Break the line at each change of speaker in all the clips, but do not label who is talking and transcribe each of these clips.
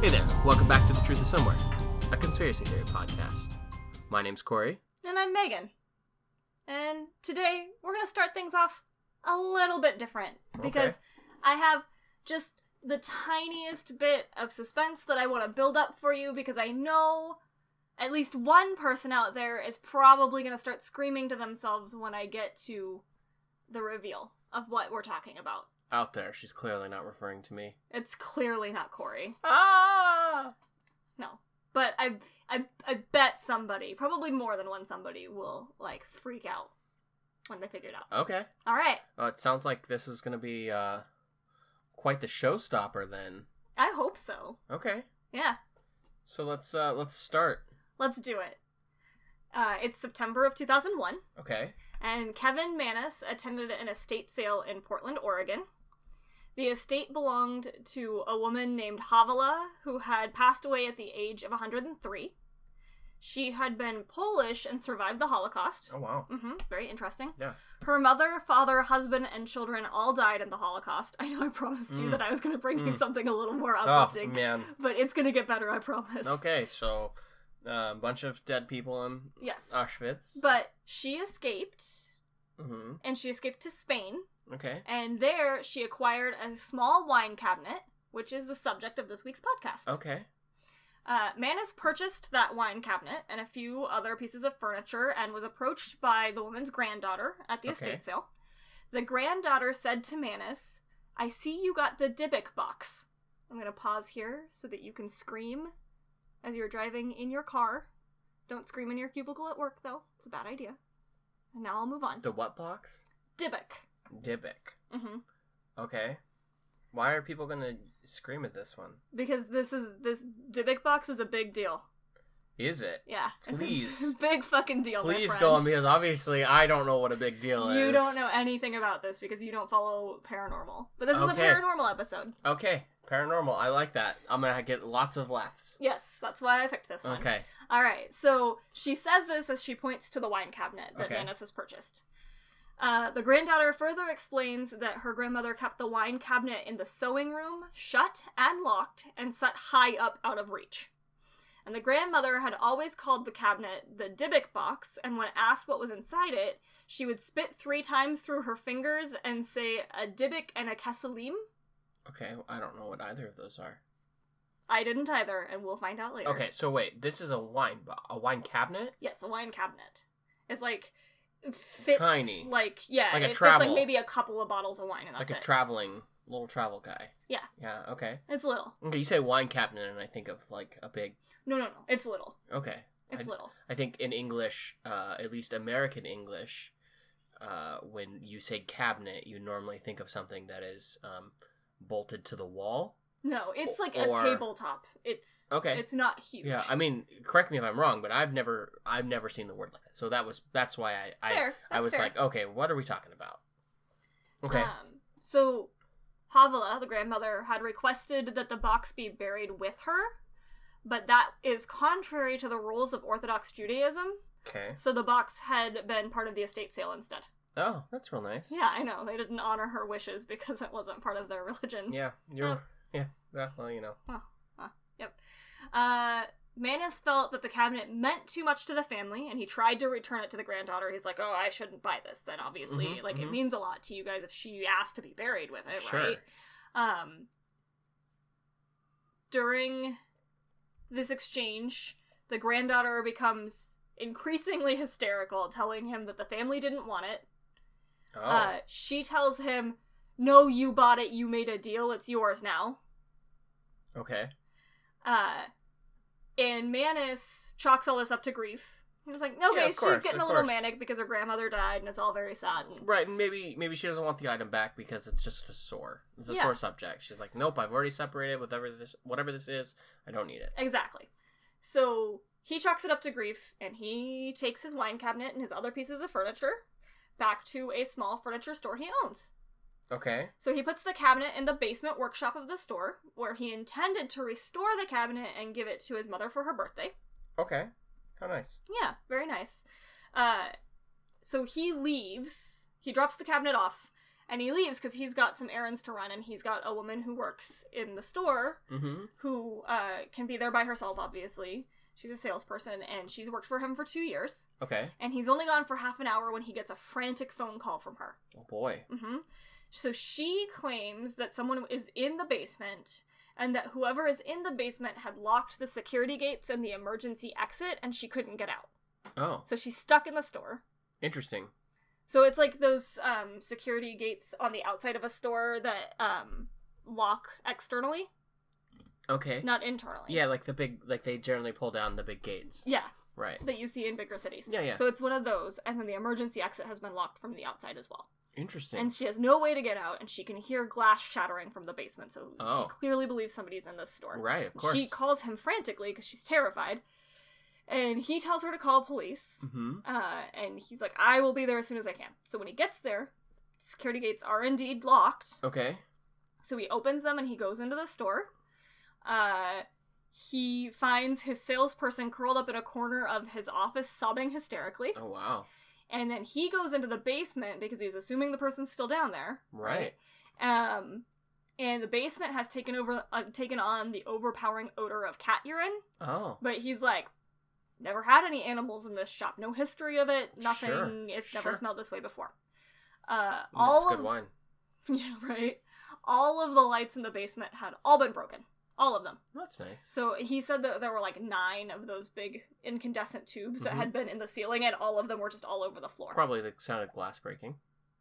Hey there, welcome back to The Truth is Somewhere, a conspiracy theory podcast. My name's Corey.
And I'm Megan. And today we're going to start things off a little bit different because
Okay.
I have just the tiniest bit of suspense that I want to build up for you because I know at least one person out there is probably going to start screaming to themselves when I get to the reveal of what we're talking about.
Out there, she's clearly not referring to me.
It's clearly not Corey.
Ah!
No. But I I I bet somebody, probably more than one somebody will like freak out when they figure it out.
Okay.
All right.
Well, it sounds like this is going to be uh, quite the showstopper then.
I hope so.
Okay.
Yeah.
So let's uh, let's start.
Let's do it. Uh, it's September of 2001,
Okay.
and Kevin Manis attended an estate sale in Portland, Oregon. The estate belonged to a woman named Havila, who had passed away at the age of 103. She had been Polish and survived the Holocaust.
Oh wow.
hmm Very interesting.
Yeah.
Her mother, father, husband, and children all died in the Holocaust. I know I promised you
Mm.
that I was going to bring you
Mm.
something a little more
Oh
uplifting,
man.
but it's going to get better, I promise.
Okay, so uh, a bunch of dead people in
Yes.
Auschwitz.
But she escaped,
hmm
and she escaped to Spain,
Okay.
and there she acquired a small wine cabinet, which is the subject of this week's podcast.
Okay.
Uh, Manus purchased that wine cabinet and a few other pieces of furniture and was approached by the woman's granddaughter at the
Okay.
estate sale. The granddaughter said to Manus, I see you got the Dybbuk box. I'm going to pause here so that you can scream as you're driving in your car. Don't scream in your cubicle at work, though. It's a bad idea. And now I'll move on.
The what box?
Dybbuk.
Dybbuk.
hmm
Okay. Why are people gonna scream at this one?
Because this is this Dybbuk box is a big deal.
Is it?
Yeah. It's a
Please.
big fucking deal. my
Please
friend.
go on because obviously I don't know what a big deal is.
You don't know anything about this because you don't follow paranormal. But this is a
Okay.
paranormal episode.
Okay, paranormal. I like that. I'm gonna get lots of laughs.
Yes, that's why I picked this one.
Okay.
All right. So she says this as she points to the wine cabinet that
Okay.
Manus has purchased. Uh, the granddaughter further explains that her grandmother kept the wine cabinet in the sewing room, shut and locked, and set high up out of reach. And the grandmother had always called the cabinet the Dybbuk box, and when asked what was inside it, she would spit three times through her fingers and say a Dybbuk and a Kesselim.
Okay. I don't know what either of those are.
I didn't either, and we'll find out later.
Okay. So wait, this is a wine bo- a wine cabinet.
Yes, a wine cabinet. It's like fits
Tiny.
Like yeah,
Like a
it fits
travel.
like maybe a couple of bottles of wine, and
like
that's
a
it.
traveling little travel guy.
Yeah.
Yeah. Okay.
it's little.
Okay. You say wine cabinet, and I think of like a big.
No, no, no. It's little.
Okay.
It's
I-
little.
I think in English, uh, at least American English, uh, when you say cabinet, you normally think of something that is um, bolted to the wall.
No, it's like
or-
a tabletop. It's
Okay.
It's not huge.
Yeah, I mean, correct me if I'm wrong, but I've never, I've never seen the word like that. So that was, that's why I, I,
fair.
I
that's
was
fair.
like, okay, what are we talking about? Okay,
Um, so Havila, the grandmother, had requested that the box be buried with her, but that is contrary to the rules of Orthodox Judaism.
okay.
So the box had been part of the estate sale instead.
Oh, that's real nice.
Yeah, I know. They didn't honor her wishes because it wasn't part of their religion.
yeah, you're, yeah, yeah. Well, you know,
Uh, Manus felt that the cabinet meant too much to the family, and he tried to return it to the granddaughter. He's like, "Oh, I shouldn't buy this. Then obviously,
Mhm,
like,
mhm.
it means a lot to you guys if she asked to be buried with it,
sure.
right?" Um, during this exchange, the granddaughter becomes increasingly hysterical, telling him that the family didn't want it.
Oh,
Uh, she tells him, "No, you bought it. You made a deal. It's yours now."
okay.
Uh, and Manus chalks all this up to grief. He was like, okay,
Yeah, of course,
she's getting
of
a little
course.
manic because her grandmother died and it's all very sad. And,
Right, and maybe maybe she doesn't want the item back because it's just a sore. It's a
Yeah.
sore subject. She's like, nope, I've already separated whatever this whatever this is. I don't need it.
exactly. So he chalks it up to grief and he takes his wine cabinet and his other pieces of furniture back to a small furniture store he owns.
Okay.
So he puts the cabinet in the basement workshop of the store where he intended to restore the cabinet and give it to his mother for her birthday.
Okay. How nice.
Yeah, very nice. Uh, so he leaves. He drops the cabinet off, and he leaves because he's got some errands to run and he's got a woman who works in the store
Mm-hmm.
who uh, can be there by herself obviously she's a salesperson and she's worked for him for two years
Okay.
and he's only gone for half an hour when he gets a frantic phone call from her
Oh boy.
hmm So she claims that someone is in the basement and that whoever is in the basement had locked the security gates and the emergency exit and she couldn't get out.
Oh,
So she's stuck in the store.
interesting.
So it's like those um, security gates on the outside of a store that um, lock externally,
Okay.
not internally.
Yeah, like the big, like they generally pull down the big gates.
Yeah,
Right.
that you see in bigger cities.
Yeah, yeah.
So it's one of those, and then the emergency exit has been locked from the outside as well.
interesting.
And she has no way to get out, and she can hear glass shattering from the basement, so
Oh.
she clearly believes somebody's in this store.
right. Of course.
She calls him frantically because she's terrified, and he tells her to call police.
mm-hmm.
Uh, and he's like, "I will be there as soon as I can." So when he gets there, security gates are indeed locked.
Okay.
So he opens them and he goes into the store. Uh, he finds his salesperson curled up in a corner of his office, sobbing hysterically.
Oh wow.
And then he goes into the basement because he's assuming the person's still down there.
Right.
Um, and the basement has taken over, uh, taken on the overpowering odor of cat urine.
Oh.
But he's like, never had any animals in this shop. No history of it. Nothing.
Sure,
It's never
sure.
smelled this way before. Uh,
That's
all
good
of
wine.
yeah, right. All of the lights in the basement had all been broken. All of them.
That's nice.
So he said that there were like nine of those big incandescent tubes that
Mhm.
had been in the ceiling, and all of them were just all over the floor.
Probably the sound of glass breaking.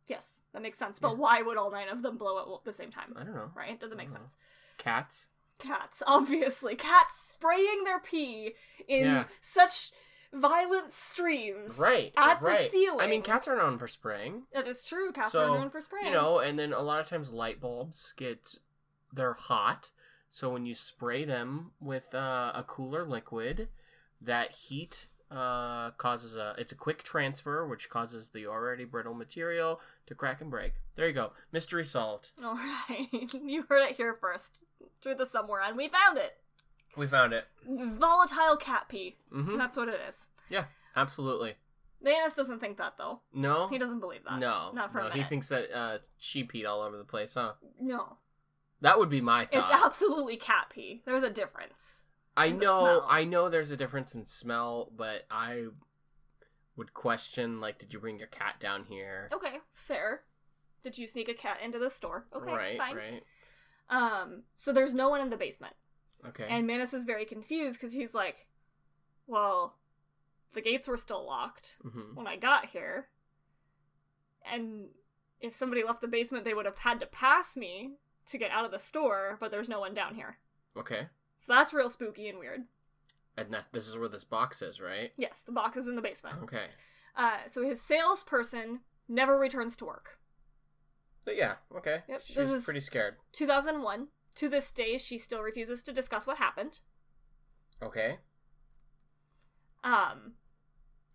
Yes, that makes sense. But
Yeah. Uh,
why would all nine of them blow at the same time?
I don't know.
Right? Doesn't make
Mhm.
sense.
Cats.
cats obviously cats spraying their pee in
Yeah.
such violent streams
Right.
at the
right.
ceiling.
I mean, cats are known for spraying.
that is true cats
So,
are known for spraying
You know, and then a lot of times light bulbs get they're hot, so when you spray them with uh, a cooler liquid, that heat uh, causes a it's a quick transfer which causes the already brittle material to crack and break. There you go, mystery solved.
all right you heard it here first threw this somewhere and we found it
We found it.
volatile cat pee
hmm
that's what it is
Absolutely.
manus doesn't think that though
No.
he doesn't believe that
no.
not for a
no. He
minute.
thinks that uh, she peed all over the place, huh?
no
That would be my
it's
thought.
absolutely cat pee there's a difference
I
and the
know,
smell.
I know. There's a difference in smell, but I would question like, did you bring your cat down here?
okay fair did you sneak a cat into the store okay
right,
fine
right,
um so there's no one in the basement
okay.
And Manus is very confused because he's like, well, the gates were still locked
Mhm.
when I got here. And if somebody left the basement, they would have had to pass me to get out of the store, but there's no one down here.
Okay,
So that's real spooky and weird.
and that this is where this box is, right?
Yes, the box is in the basement.
Okay,
Uh, so his salesperson never returns to work.
but yeah, okay.
Yep,
She's
this is-
pretty scared.
2001. To this day, she still refuses to discuss what happened.
Okay,
Um,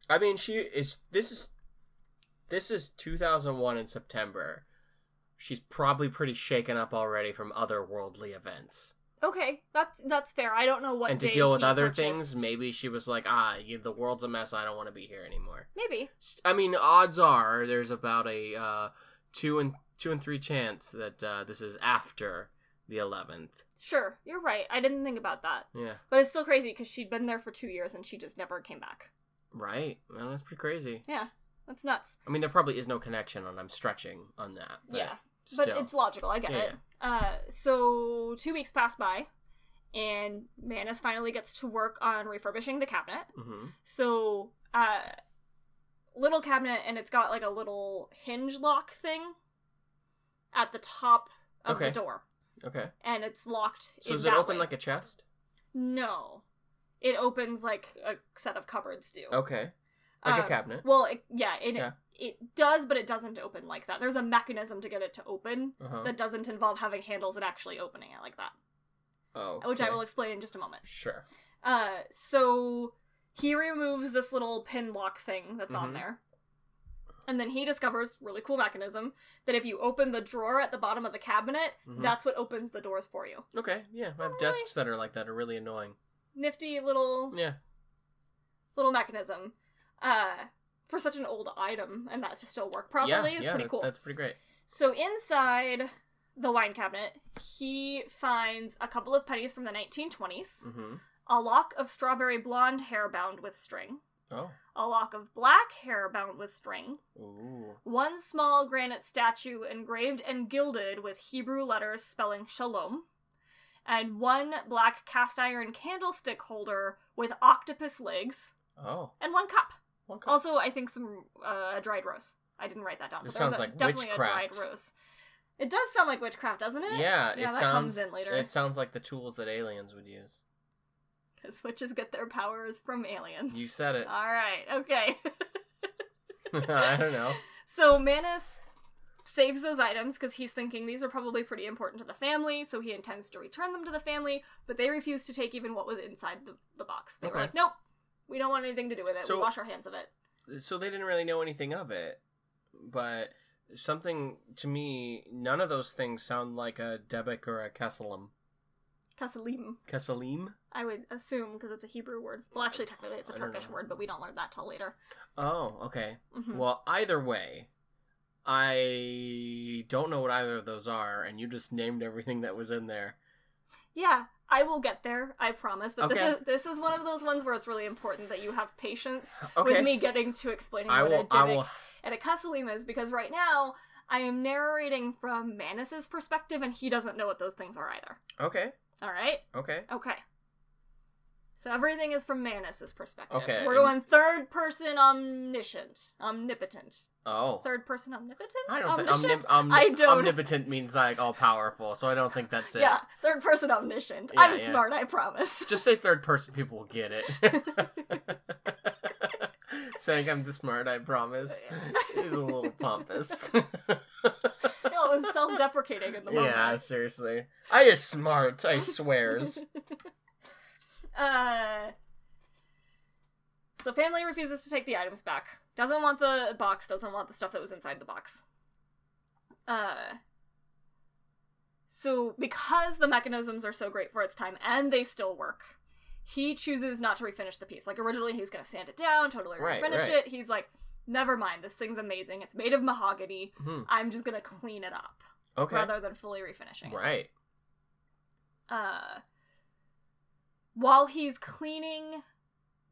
I mean, she is. This is this is 2001 in September. She's probably pretty shaken up already from otherworldly events.
okay, that's that's fair. I don't know what
and to
day
deal with
he
other
purchased-
things, maybe she was like, ah, you, the world's a mess. I don't want to be here anymore.
maybe
S- I mean, odds are there's about a uh, two and two and three chance that uh, this is after the eleventh.
Sure, you're right. I didn't think about that.
Yeah,
But it's still crazy because she'd been there for two years and she just never came back.
right. Well, that's pretty crazy.
That's nuts.
I mean, there probably is no connection, and I'm stretching on that. But
yeah.
still.
But it's logical. I get
Yeah,
it. Uh, so, two weeks pass by and Manus finally gets to work on refurbishing the cabinet.
hmm
So, uh, little cabinet and it's got like a little hinge lock thing at the top of
Okay.
the door.
okay.
And it's locked.
So
in
does it
that
open
way.
like a chest?
No. It opens like a set of cupboards do.
Okay, Oh, like a
Um,
cabinet.
Well, it, yeah, it
Yeah.
it does, but it doesn't open like that. There's a mechanism to get it to open
Uh-huh.
that doesn't involve having handles and actually opening it like that,
oh,
which I
okay.
will explain in just a moment.
Sure.
Uh, so he removes this little pin lock thing that's on
Mhm.
there. And then he discovers really cool mechanism that if you open the drawer at the bottom of the cabinet,
Mhm.
that's what opens the doors for you.
Okay. Yeah, I have
Really?
desks that are like that are really annoying.
Nifty little
Yeah.
little mechanism. Uh, for such an old item and that to still work properly
yeah,
is
yeah,
pretty
that-
cool.
That's pretty great.
So inside the wine cabinet, he finds a couple of pennies from the 1920s,
Mm-hmm.
a lock of strawberry blonde hair bound with string,
Oh.
a lock of black hair bound with string,
Ooh.
one small granite statue engraved and gilded with Hebrew letters spelling shalom, and one black cast iron candlestick holder with octopus legs,
Oh.
and one cup.
One cup.
Also, I think some uh, a dried rose. I didn't write that down.
This
but there was
sounds
a-
like
definitely a
witchcraft.
dried rose. It does sound like witchcraft, doesn't it?
yeah,
yeah,
it
that
sounds.
comes in later.
It sounds like the tools that aliens would use.
Because witches get their powers from aliens.
You said it.
All right, okay.
I don't know.
So Manus saves those items because he's thinking these are probably pretty important to the family, so he intends to return them to the family, but they refuse to take even what was inside the, the box. They were
Okay.
like, nope, we don't want anything to do with it.
So-
we wash our hands of it.
so they didn't really know anything of it but something to me none of those things sound like a debek or a kesselim
Kasalim,
kesselim
I would assume, because it's a Hebrew word. Well, actually, technically, it's a
I don't
Turkish
know.
word, but we don't learn that till later.
oh okay
Mhm.
well either way i don't know what either of those are and you just named everything that was in there
Yeah, I will get there, I promise. But
Okay.
this is this is one of those ones where it's really important that you have patience
okay
with me getting to explaining
i
what
will
a
i
Dybbuk
will
and a Kesselim is, because right now I am narrating from Manus's perspective, and he doesn't know what those things are either.
okay
All right,
okay
okay. So everything is from Manus's perspective.
Okay,
we're
and-
going third person omniscient, omnipotent,
oh
third person omnipotent.
i don't think
omniscient.
omnip- omnip-
Um, I don't-
omnipotent means like all powerful so i don't think that's it
yeah, third person omniscient.
Yeah,
I'm
yeah.
smart, I promise.
Just say third person, people will get it. Saying I'm the smart, I promise, is a little pompous.
no, it was self-deprecating in the moment.
yeah, seriously. I is smart, I swears.
Uh, so family refuses to take the items back. Doesn't want the box. Doesn't want the stuff that was inside the box. Uh. So because the mechanisms are so great for its time and they still work, he chooses not to refinish the piece. Like originally he was going to sand it down, totally
Right,
refinish
right.
it. He's like, never mind. This thing's amazing. It's made of mahogany.
Hmm,
I'm just going to clean it up
okay.
rather than fully refinishing. it
Right.
uh while he's cleaning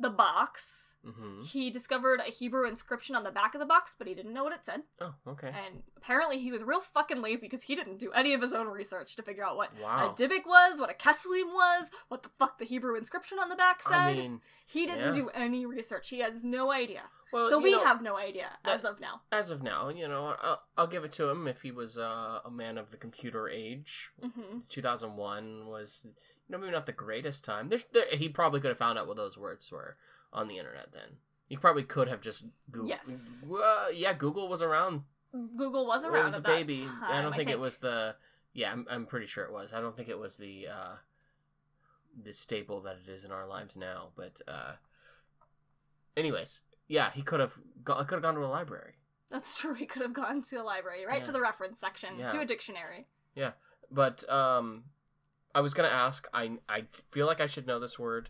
the box
hmm
he discovered a hebrew inscription on the back of the box but he didn't know what it said
Oh, okay.
and apparently he was real fucking lazy because he didn't do any of his own research to figure out what
Wow.
a dibbick was what a kesselim was what the fuck the hebrew inscription on the back said
I mean,
he didn't
yeah.
do any research he has no idea
well,
so
you
we
know,
have no idea
that-
as of now
as of now, you know, I'll, I'll give it to him if he was uh, a man of the computer age.
hmm
2001 was you know maybe not the greatest time There's, there, he probably could have found out what those words were on the internet then he probably could have just googled
Yes.
uh, yeah google was around
google was
It
around
was a
at that
baby
time,
i don't think, it was the yeah I'm, I'm pretty sure it was i don't think it was the uh the staple that it is in our lives now but uh anyways yeah he could have go- could have gone to a library
that's true he could have gone to a library right to
Yeah.
the reference section
Yeah.
to a dictionary
But um, I was gonna ask. I I feel like I should know this word.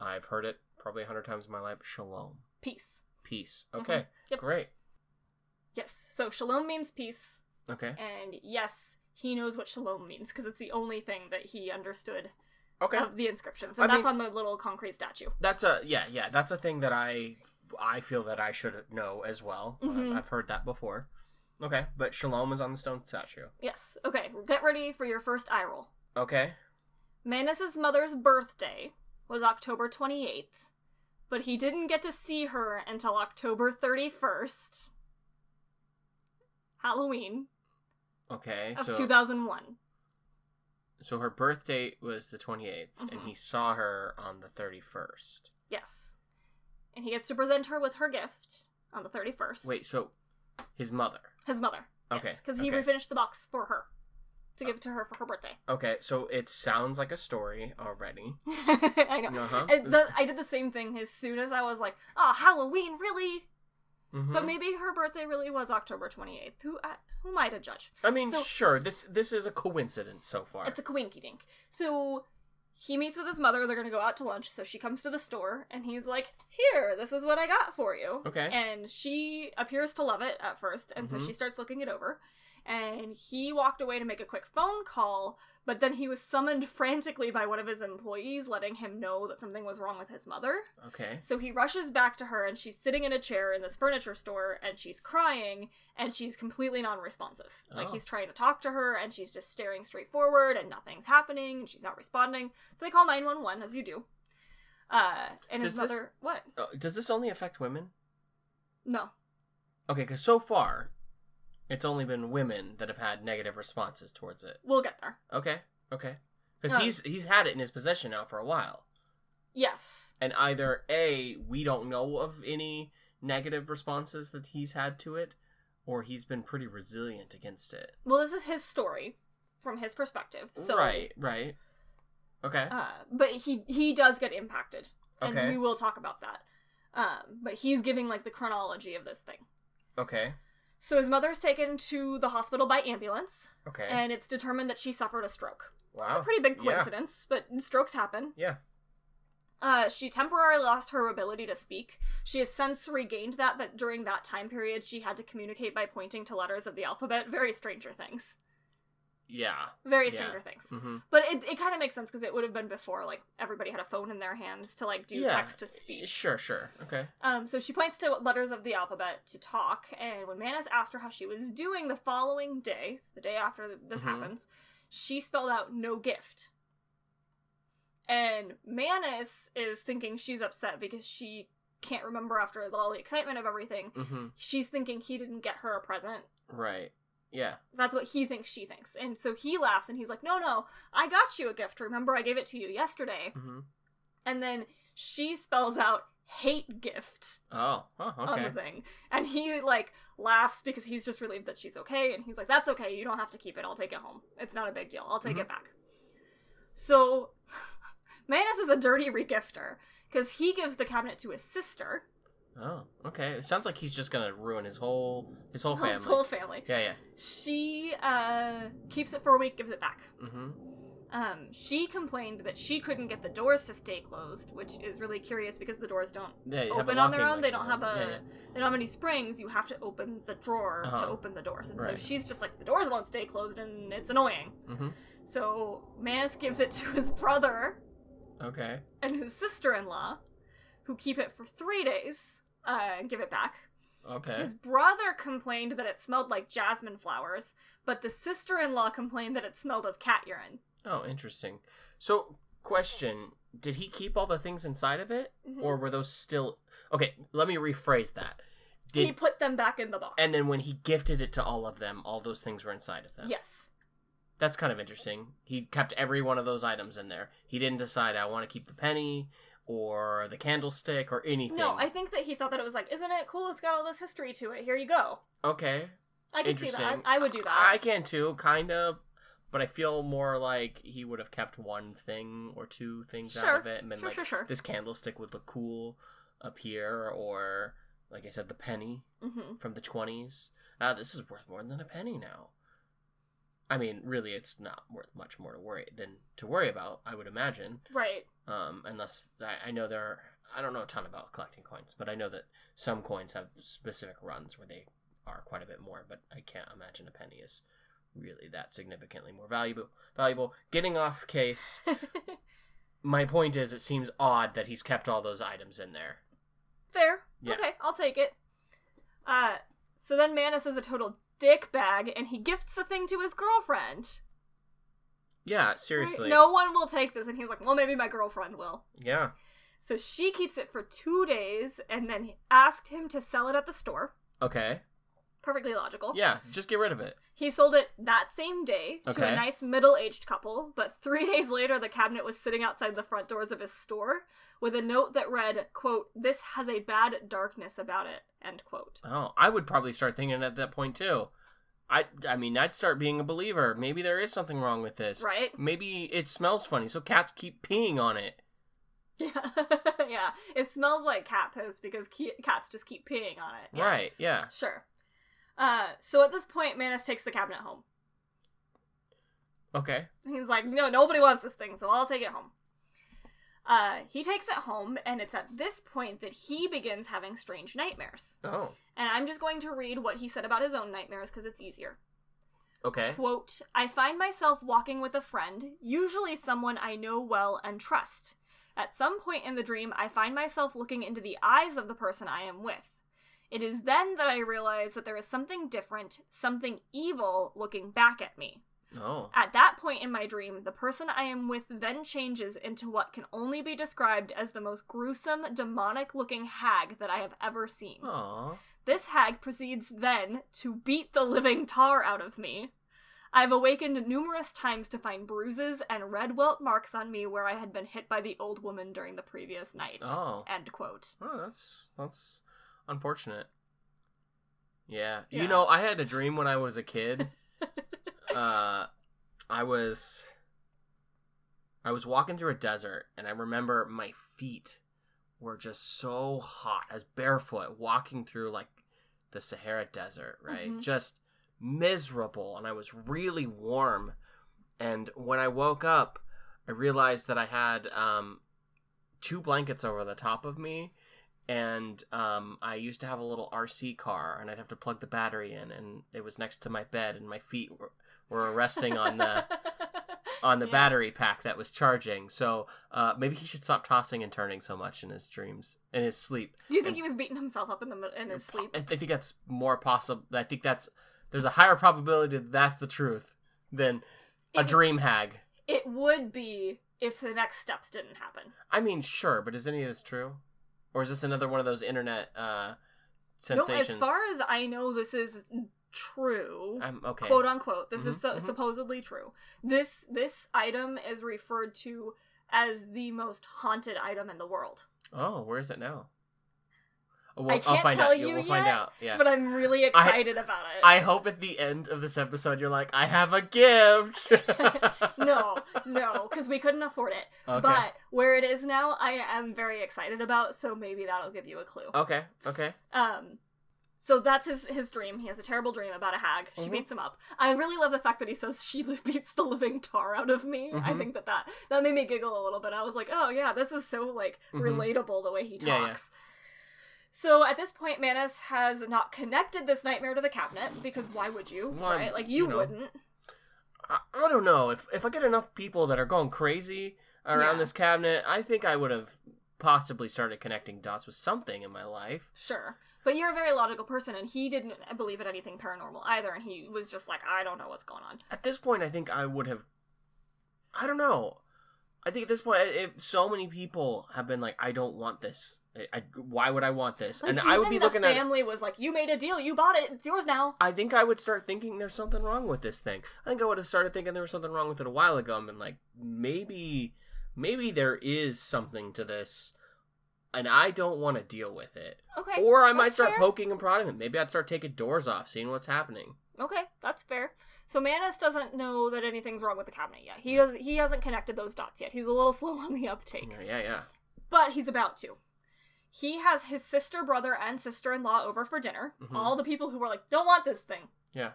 I've heard it probably a hundred times in my life. Shalom,
peace
peace.
Mhm.
Okay,
Yep.
great.
Yes. So shalom means peace,
Okay,
and yes, he knows what shalom means because it's the only thing that he understood
okay.
of the inscriptions,
I
and that's
mean-
on the little concrete statue.
that's a yeah, yeah. That's a thing that I I feel that I should know as well. Um,
Mhm.
I've heard that before. Okay, but shalom is on the stone statue.
Yes. Okay. Get ready for your first eye roll.
Okay.
Manus's mother's birthday was October twenty eighth, but he didn't get to see her until October thirty first, Halloween
Okay.
of
so
two thousand one.
so her birth date was the twenty and
Mhm.
he saw her on the thirty first.
Yes. And he gets to present her with her gift on the thirty first.
Wait, so his mother.
His mother.
Okay,
Because he
okay.
refinished the box for her to give to her for her birthday.
Okay, so it sounds like a story already.
I know.
Uh-huh.
And the- I did the same thing as soon as I was like, oh, Halloween, really?
Mhm.
But maybe her birthday really was October 28th. Who, I, who am I to judge?
I mean,
so-
sure. This this is a coincidence so far.
It's a coinky dink. So he meets with his mother. They're going to go out to lunch. So she comes to the store and he's like, here, this is what I got for you.
Okay.
And she appears to love it at first. And
Mhm.
so she starts looking it over. and he walked away to make a quick phone call, but then he was summoned frantically by one of his employees, letting him know that something was wrong with his mother.
Okay.
So he rushes back to her, and she's sitting in a chair in this furniture store, and she's crying, and she's completely non responsive. Like,
Oh.
he's trying to talk to her, and she's just staring straight forward, and nothing's happening, and she's not responding. So they call 911, as you do. Uh, and his
Does this-
mother. What?
Uh, does this only affect women?
No.
Okay, because so far, it's only been women that have had negative responses towards it.
We'll get there.
Okay, okay. Because
Um,
he's he's had it in his possession now for a while,
Yes.
and either a we don't know of any negative responses that he's had to it, or he's been pretty resilient against it.
Well, this is his story from his perspective. So,
right, right. Okay,
Uh, but he he does get impacted, and
okay,
we will talk about that. Um, but he's giving like the chronology of this thing.
okay,
So his mother's taken to the hospital by ambulance,
okay.
and it's determined that she suffered a stroke. It's
wow.
a pretty big
Yeah.
coincidence, but strokes happen.
yeah.
Uh, she temporarily lost her ability to speak. She has since regained that, but during that time period, she had to communicate by pointing to letters of the alphabet. Very Stranger Things.
Yeah.
Very
Yeah.
Stranger Things.
Mm-hmm.
But it, it kind of makes sense because it would have been before, like, everybody had a phone in their hands to, like, do
Yeah.
text to speech.
Sure, sure. Okay.
Um, so she points to letters of the alphabet to talk, and when Manus asked her how she was doing the following day, so the day after th- this
Mhm.
happens, she spelled out no gift. And Manus is thinking she's upset because she can't remember after all the excitement of everything.
Mm-hmm.
She's thinking he didn't get her a present.
Right. Yeah.
That's what he thinks she thinks. And so he laughs and he's like, No, no, I got you a gift. Remember, I gave it to you yesterday.
Mm-hmm.
And then she spells out hate gift
Oh. Oh.
on
Okay.
the thing. And he like laughs because he's just relieved that she's okay and he's like, That's okay, you don't have to keep it, I'll take it home. It's not a big deal. I'll take
Mm-hmm.
it back. So Manus is a dirty regifter, because he gives the cabinet to his sister,
Oh. Okay. It sounds like he's just gonna ruin his whole his whole family.
his whole family.
Yeah. Yeah.
She uh keeps it for a week, gives it back.
Mm-hmm.
Um, she complained that she couldn't get the doors to stay closed, which is really curious because the doors don't
They have a
open on their
locking
own. They don't
mechanism.
have a
Yeah,
they don't have any springs. You have to open the drawer to
Uh-huh.
open the doors, and so
Right.
she's just like the doors won't stay closed, and it's annoying.
yeah. Mhm.
So Manus gives it to his brother
Okay.
and his sister-in-law, who keep it for three days uh, and give it back.
Okay.
His brother complained that it smelled like jasmine flowers, but the sister-in-law complained that it smelled of cat urine.
Oh, interesting. So, question: Did he keep all the things inside of it,
Mhm.
Mm-hmm. or were those still? Okay, let me rephrase that.
he
Did
put them back in the box.
and then when he gifted it to all of them, all those things were inside of them.
yes.
That's kind of interesting. He kept every one of those items in there. He didn't decide I want to keep the penny or the candlestick or anything.
No, I think that he thought that it was like, isn't it cool? It's got all this history to it. Here you go.
Okay.
I can see that.
Interesting.
I would do that.
I can too, kind of, but I feel more like he would have kept one thing or two things
Sure.
out of it, and then
sure,
like
sure, sure,
this candlestick would look cool up here, or like I said, the penny
hmm
from the twenties. Ah, this is worth more than a penny now. I mean, really, it's not worth much more to worry than to worry about. I would imagine,
Right.
um, unless I, I know there. Are, I don't know a ton about collecting coins, but I know that some coins have specific runs where they are quite a bit more. But I can't imagine a penny is really that significantly more valuable. Valuable. Getting off case. My point is, it seems odd that he's kept all those items in there.
Fair.
Yeah.
Okay, I'll take it. Uh, so then Manus is a total dick bag, and he gifts the thing to his girlfriend.
Yeah, seriously.
No one will take this, and he's like, well, maybe my girlfriend will.
Yeah.
So she keeps it for two days, and then asked him to sell it at the store.
Okay.
Perfectly logical.
Yeah, just get rid of it.
He sold it that same day to a
Okay.
nice middle aged couple, but three days later, the cabinet was sitting outside the front doors of his store with a note that read, quote, This has a bad darkness about it, end quote.
Oh, I would probably start thinking at that point too. I I mean, I'd start being a believer. Maybe there is something wrong with this.
Right?
Maybe it smells funny, so cats keep peeing on it.
Yeah. yeah. It smells like cat piss because ke- cats just keep peeing on it. Yeah.
Right, yeah.
Sure. Uh, so at this point, Manus takes the cabinet home.
Okay.
He's like, no, nobody wants this thing, so I'll take it home. Uh, he takes it home, and it's at this point that he begins having strange nightmares.
Oh.
And I'm just going to read what he said about his own nightmares because it's easier.
Okay.
Quote, I find myself walking with a friend, usually someone I know well and trust. At some point in the dream, I find myself looking into the eyes of the person I am with. It is then that I realize that there is something different, something evil looking back at me.
Oh.
At that point in my dream, the person I am with then changes into what can only be described as the most gruesome, demonic looking hag that I have ever seen.
Aw.
This hag proceeds then to beat the living tar out of me. I've awakened numerous times to find bruises and red welt marks on me where I had been hit by the old woman during the previous night.
Oh.
End quote.
Oh, that's that's unfortunate. Yeah.
Yeah.
You know, I had a dream when I was a kid. uh I was I was walking through a desert and I remember my feet were just so hot. I was barefoot walking through like the Sahara desert, right?
Mhm.
Just miserable and I was really warm. And when I woke up, I realized that I had um two blankets over the top of me and um, I used to have a little RC car, and I'd have to plug the battery in, and it was next to my bed, and my feet were, were resting on the on the
Yeah.
battery pack that was charging. So uh, maybe he should stop tossing and turning so much in his dreams, in his sleep.
Do you think he was beating himself up in the mi- in his sleep?
I I think that's more possible. I think that's there's a higher probability that that's the truth than a
It-
dream hag.
It would be if the next steps didn't happen.
I mean, sure, but is any of this true, or is this another one of those internet uh, sensations?
No, as far as I know, this is true.
I'm okay.
quote unquote. This is
Mhm,
so,
mhm.
supposedly true. This this item is referred to as the most haunted item in the world.
Oh, where is it now? Oh,
I can't tell
out. Yeah,
you
we'll find
yet,
out. Yeah.
But I'm really excited about it.
I hope at the end of this episode you're like, I have a gift.
no, no, because we couldn't afford it.
Okay.
But where it is now, I am very excited about. So maybe that'll give you a clue.
okay. Okay.
Um, so that's his his dream. He has a terrible dream about a hag. She
Mhm.
beats him up. I really love the fact that he says she li- beats the living tar out of me. I
Mhm.
think that, that that made me giggle a little bit. I was like, oh yeah, this is so like
Mhm.
relatable the way he talks.
Yeah, yeah.
So at this point, Manus has not connected this nightmare to the cabinet because why would you?
Well,
right? Like you,
you know.
wouldn't.
I, I don't know. If if I get enough people that are going crazy around
Yeah.
this cabinet, I think I would have possibly started connecting dots with something in my life.
Sure. But you're a very logical person, and he didn't believe in anything paranormal either, and he was just like, I don't know what's going on.
At this point, I think I would have. I don't know. I think at this point, if so many people have been like, "I don't want this. I, I, why would I want this?"
Like,
and I would
even
be
the
looking at.
family was like, "You made a deal. You bought it. It's yours now."
I think I would start thinking there's something wrong with this thing. I think I would have started thinking there was something wrong with it a while ago and been like, maybe, maybe there is something to this, and I don't want to deal with it.
Okay.
or I might
that's
start
fair.
poking and prodding it. Maybe I'd start taking doors off, seeing what's happening.
Okay, that's fair. So Manus doesn't know that anything's wrong with the cabinet yet. He does. He hasn't connected those dots yet. He's a little slow on the uptake,
Yeah, yeah, yeah.
but he's about to. He has his sister, brother, and sister-in-law over for dinner.
Mhm.
All the people who were like, "Don't want this thing."
Yeah.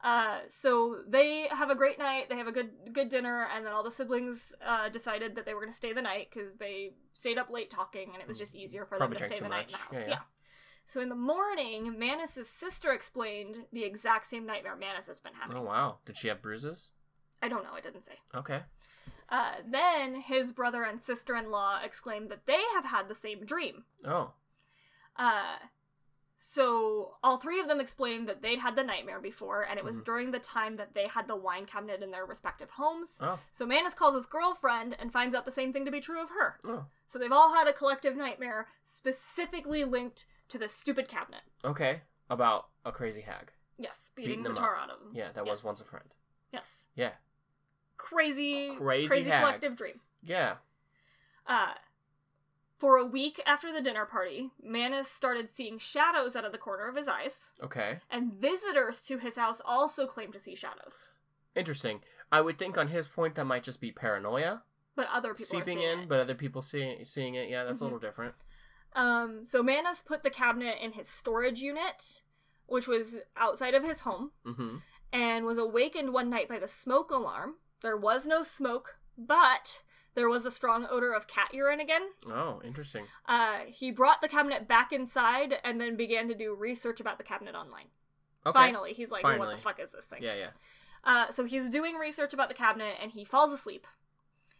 Uh, so they have a great night. They have a good good dinner, and then all the siblings uh, decided that they were going to stay the night because they stayed up late talking, and it was just easier for
Mm. Probably
them to
drank
stay the
too
night in the
much.
house.
Yeah,
Yeah.
yeah.
So in the morning, Manus's sister explained the exact same nightmare Manus has been having.
Oh wow, did she have bruises?
I don't know. I didn't say.
Okay.
Uh, then his brother and sister-in-law exclaimed that they have had the same dream.
Oh,
Uh, so all three of them explained that they'd had the nightmare before, and it was
Mhm.
during the time that they had the wine cabinet in their respective homes.
oh,
So Manus calls his girlfriend and finds out the same thing to be true of her.
oh.
So they've all had a collective nightmare specifically linked to this stupid cabinet.
Okay, about a crazy hag.
Yes, beating,
Beating
the
them
tar out of them.
Yeah, that
Yes.
was once a friend.
Yes.
Yeah,
Crazy,
Crazy
crazy,
hag.
collective dream.
yeah.
Uh, for a week after the dinner party, Manus started seeing shadows out of the corner of his eyes,
Okay.
and visitors to his house also claimed to see shadows.
Interesting. I would think on his point that might just be paranoia
But other people
seeping
are seeing
in,
It.
but other people seeing seeing it. Yeah, that's
Mhm.
a little different.
Um, so Manus put the cabinet in his storage unit, which was outside of his home,
hmm
and was awakened one night by the smoke alarm. There was no smoke, but there was a strong odor of cat urine again.
Oh, interesting.
Uh, he brought the cabinet back inside and then began to do research about the cabinet online.
Okay.
Finally, he's like, "Well, "What
Finally.
the fuck is this thing?"
Yeah, yeah.
Uh, so he's doing research about the cabinet and he falls asleep.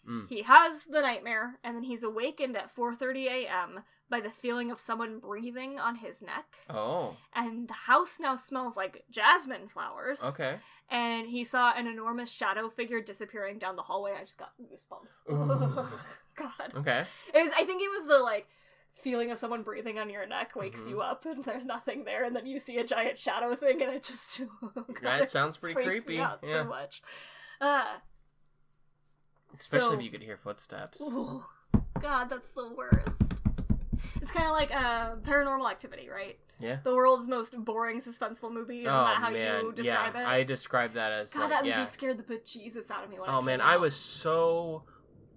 Mm.
He has the nightmare and then he's awakened at 4:30 a.m. by the feeling of someone breathing on his neck.
Oh,
And the house now smells like jasmine flowers.
okay.
And he saw an enormous shadow figure disappearing down the hallway. I just got goosebumps.
Ooh.
God.
Okay.
It was, I think it was the like feeling of someone breathing on your neck wakes
Mhm.
you up and there's nothing there and then you see a giant shadow thing and it just oh God,
That
it
sounds pretty
freaks
creepy.
me out so
Yeah.
much. Uh,
Especially
So-
if you could hear footsteps.
ooh, God, that's the worst. It's kind of like uh, paranormal activity, right?
Yeah.
The world's most boring, suspenseful movie. Isn't that how you
Oh, yeah.
describe it?
I describe that as
God,
like,
that movie
yeah.
scared the bejesus out of me. When
Oh
it
man,
came
I
out.
was so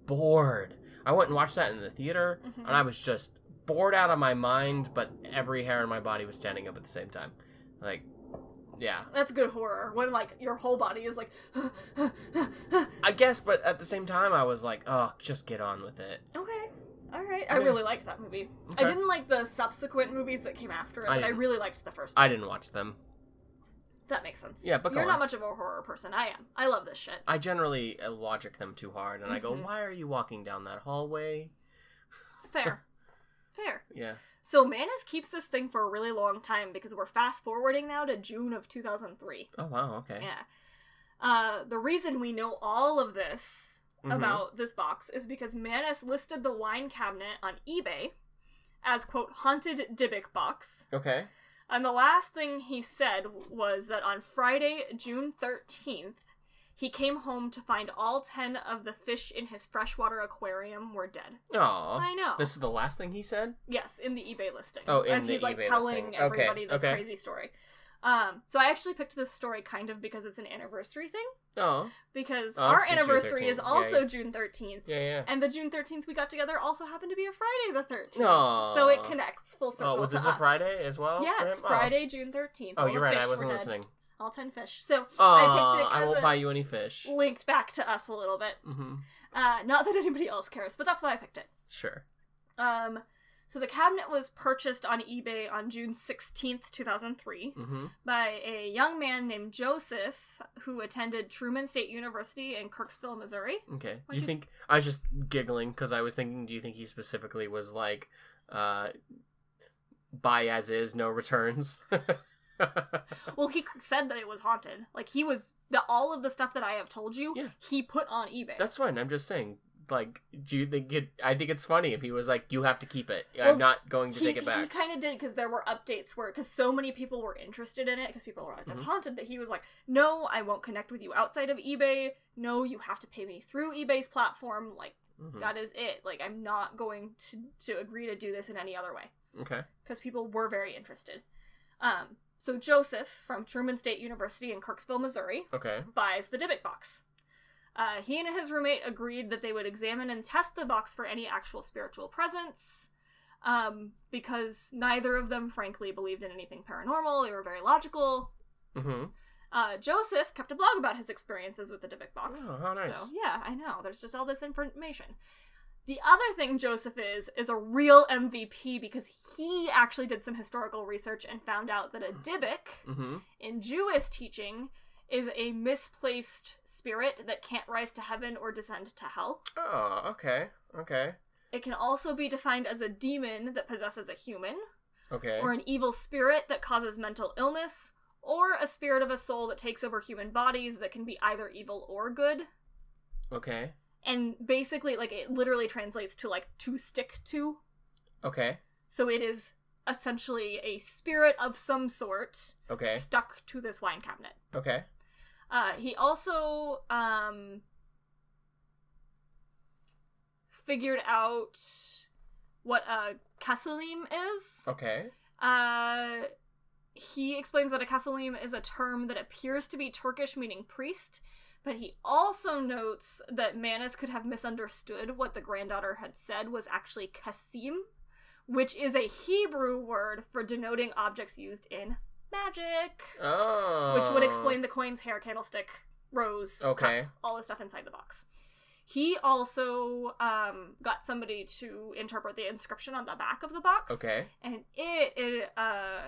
bored. I went and watched that in the theater,
Mhm.
and I was just bored out of my mind. But every hair in my body was standing up at the same time. Like, yeah.
That's good horror when like your whole body is like.
I guess, but at the same time, I was like, oh, just get on with it.
Okay. All right. I
Okay.
really liked that movie.
Okay.
I didn't like the subsequent movies that came after it,
I
but I
didn't.
really liked the first one.
I didn't watch them.
That makes sense.
Yeah, but go
You're not
on.
much of a horror person. I am. I love this shit.
I generally uh, logic them too hard, and I go,
Mhm.
why are you walking down that hallway?
Fair. Fair.
Yeah.
So Manus keeps this thing for a really long time because we're fast forwarding now to June of 2003.
Oh wow. Okay.
Yeah. Uh, the reason we know all of this
Mhm.
about this box is because Manus listed the wine cabinet on eBay as quote haunted Dybbuk box.
Okay.
And the last thing he said was that on Friday, June 13th, he came home to find all 10 of the fish in his freshwater aquarium were dead.
Aw.
I know.
This is the last thing he said.
Yes, in the eBay listing.
Oh, in
As
the
he's like
eBay
telling
listing. Okay,
everybody this
okay.
crazy story. Um, so I actually picked this story kind of because it's an anniversary thing,
Oh.
because
Oh,
our
it's June
anniversary is
13th. Yeah,
also
yeah.
June 13th.
Yeah. Yeah.
And the June 13th we got together also happened to be a Friday the 13th.
Aw.
uh, So it connects full circle.
Oh, was
to
this a
us.
Friday as well? for
Yes,
him? Oh.
Friday, June 13th.
Oh,
all
you're
the
right.
fish
I
were
wasn't
dead.
listening.
all 10 fish. So
Oh,
I picked it
I
as
won't
a-
buy you any fish.
linked back to us a little bit.
hmm
Uh, not that anybody else cares, but that's why I picked it.
Sure.
Um, so the cabinet was purchased on eBay on June 16th, 2003
hmm
by a young man named Joseph who attended Truman State University in Kirksville, Missouri.
Okay.
Why'd
Do you
you-
think I was just giggling because I was thinking? Do you think he specifically was like, uh, buy as is, no returns?
Well, he c- said that it was haunted. Like he was the all of the stuff that I have told you,
Yeah.
he put on eBay.
That's fine. I'm just saying. Like, do you think it? I think it's funny if he was like, "You have to keep it.
Well,
I'm not going to
he,
take it back."
kind of did because there were updates where because so many people were interested in it because people were like, "That's
Mhm.
haunted." That he was like, "No, I won't connect with you outside of eBay. No, you have to pay me through eBay's platform. Like
Mhm.
that is it. Like I'm not going to to agree to do this in any other way."
Okay.
Because people were very interested. Um, so Joseph from Truman State University in Kirksville, Missouri,
Okay.
buys the Dybbuk box. Uh, he and his roommate agreed that they would examine and test the box for any actual spiritual presence, um, because neither of them, frankly, believed in anything paranormal. They were very logical.
Mm-hmm.
Uh, Joseph kept a blog about his experiences with the Dybbuk box.
Oh, how nice.
So, yeah, I know. There's just all this information. The other thing Joseph is, is a real MVP because he actually did some historical research and found out that a Dybbuk
Mm-hmm.
in Jewish teaching is a misplaced spirit that can't rise to heaven or descend to hell.
Oh, okay. Okay.
It can also be defined as a demon that possesses a human,
Okay.
or an evil spirit that causes mental illness, or a spirit of a soul that takes over human bodies that can be either evil or good.
Okay.
And basically, like, it literally translates to, like, to stick to.
Okay.
So it is essentially a spirit of some sort
Okay.
stuck to this wine cabinet.
Okay.
Uh, he also um, figured out what a kassalim is.
Okay.
Uh, he explains that a kassalim is a term that appears to be Turkish, meaning priest. But he also notes that Manus could have misunderstood what the granddaughter had said was actually kasim, which is a Hebrew word for denoting objects used in magic
Oh.
which would explain the coins, hair, candlestick, rose,
Okay.
cup, all the stuff inside the box. He also um, got somebody to interpret the inscription on the back of the box,
Okay.
and it, it uh,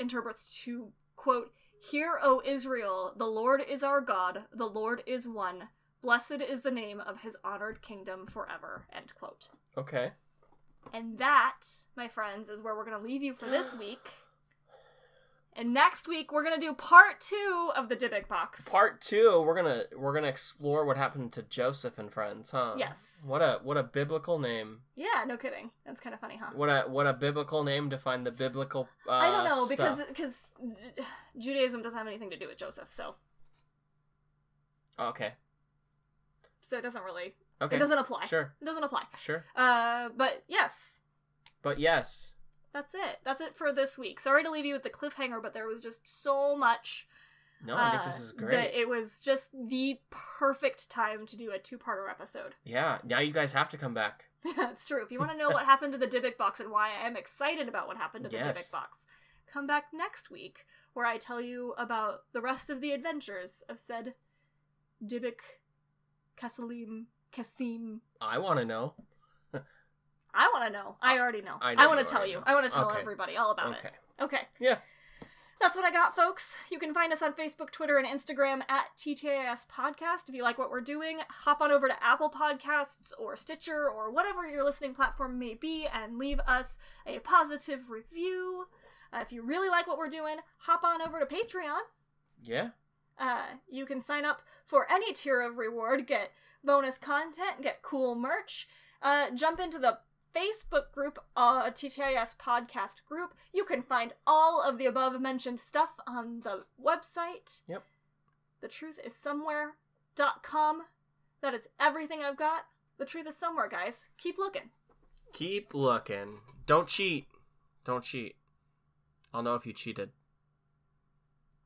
interprets to quote Hear, O Israel, the Lord is our God, the Lord is one. Blessed is the name of his honored kingdom forever. End quote.
Okay.
And that, my friends, is where we're going to leave you for this week. And next week, we're going to do part two of the Dybbuk box.
Part two, we're gonna we're gonna explore what happened to Joseph and friends, huh?
Yes.
What a what a biblical name.
yeah, no kidding. That's kind of funny, huh?
What a what a biblical name to find the biblical. Uh,
I don't know because
stuff.
because Ju- Judaism doesn't have anything to do with Joseph, so
Okay.
so it doesn't really
Okay.
it doesn't apply.
Sure.
It doesn't apply.
Sure.
Uh, but yes,
But yes,
that's it. That's it for this week. Sorry to leave you with the cliffhanger, but there was just so much.
no, I think
uh,
this is great.
That it was just the perfect time to do a two-parter episode.
Yeah. Now you guys have to come back.
That's true. If you want to know what happened to the Dybbuk box and why I am excited about what happened to the
Yes.
Dybbuk box, come back next week where I tell you about the rest of the adventures of said Dybbuk Kasalim Kasim.
I want to know.
I want to know. I already know.
I
I,
know you
want to tell
already
you.
know.
I want to tell
Okay.
everybody all about
okay.
it. Okay.
Yeah.
That's what I got, folks. You can find us on Facebook, Twitter, and Instagram at TTAS Podcast. If you like what we're doing, hop on over to Apple Podcasts or Stitcher or whatever your listening platform may be and leave us a positive review. Uh, if you really like what we're doing, hop on over to Patreon.
Yeah.
Uh, you can sign up for any tier of reward, get bonus content, get cool merch, uh, jump into the Facebook group, uh, TTIS podcast group. You can find all of the above mentioned stuff on the website.
Yep.
The truth is somewhere.com. That is everything I've got. The truth is somewhere, guys. Keep looking.
Keep looking. Don't cheat. Don't cheat. I'll know if you cheated.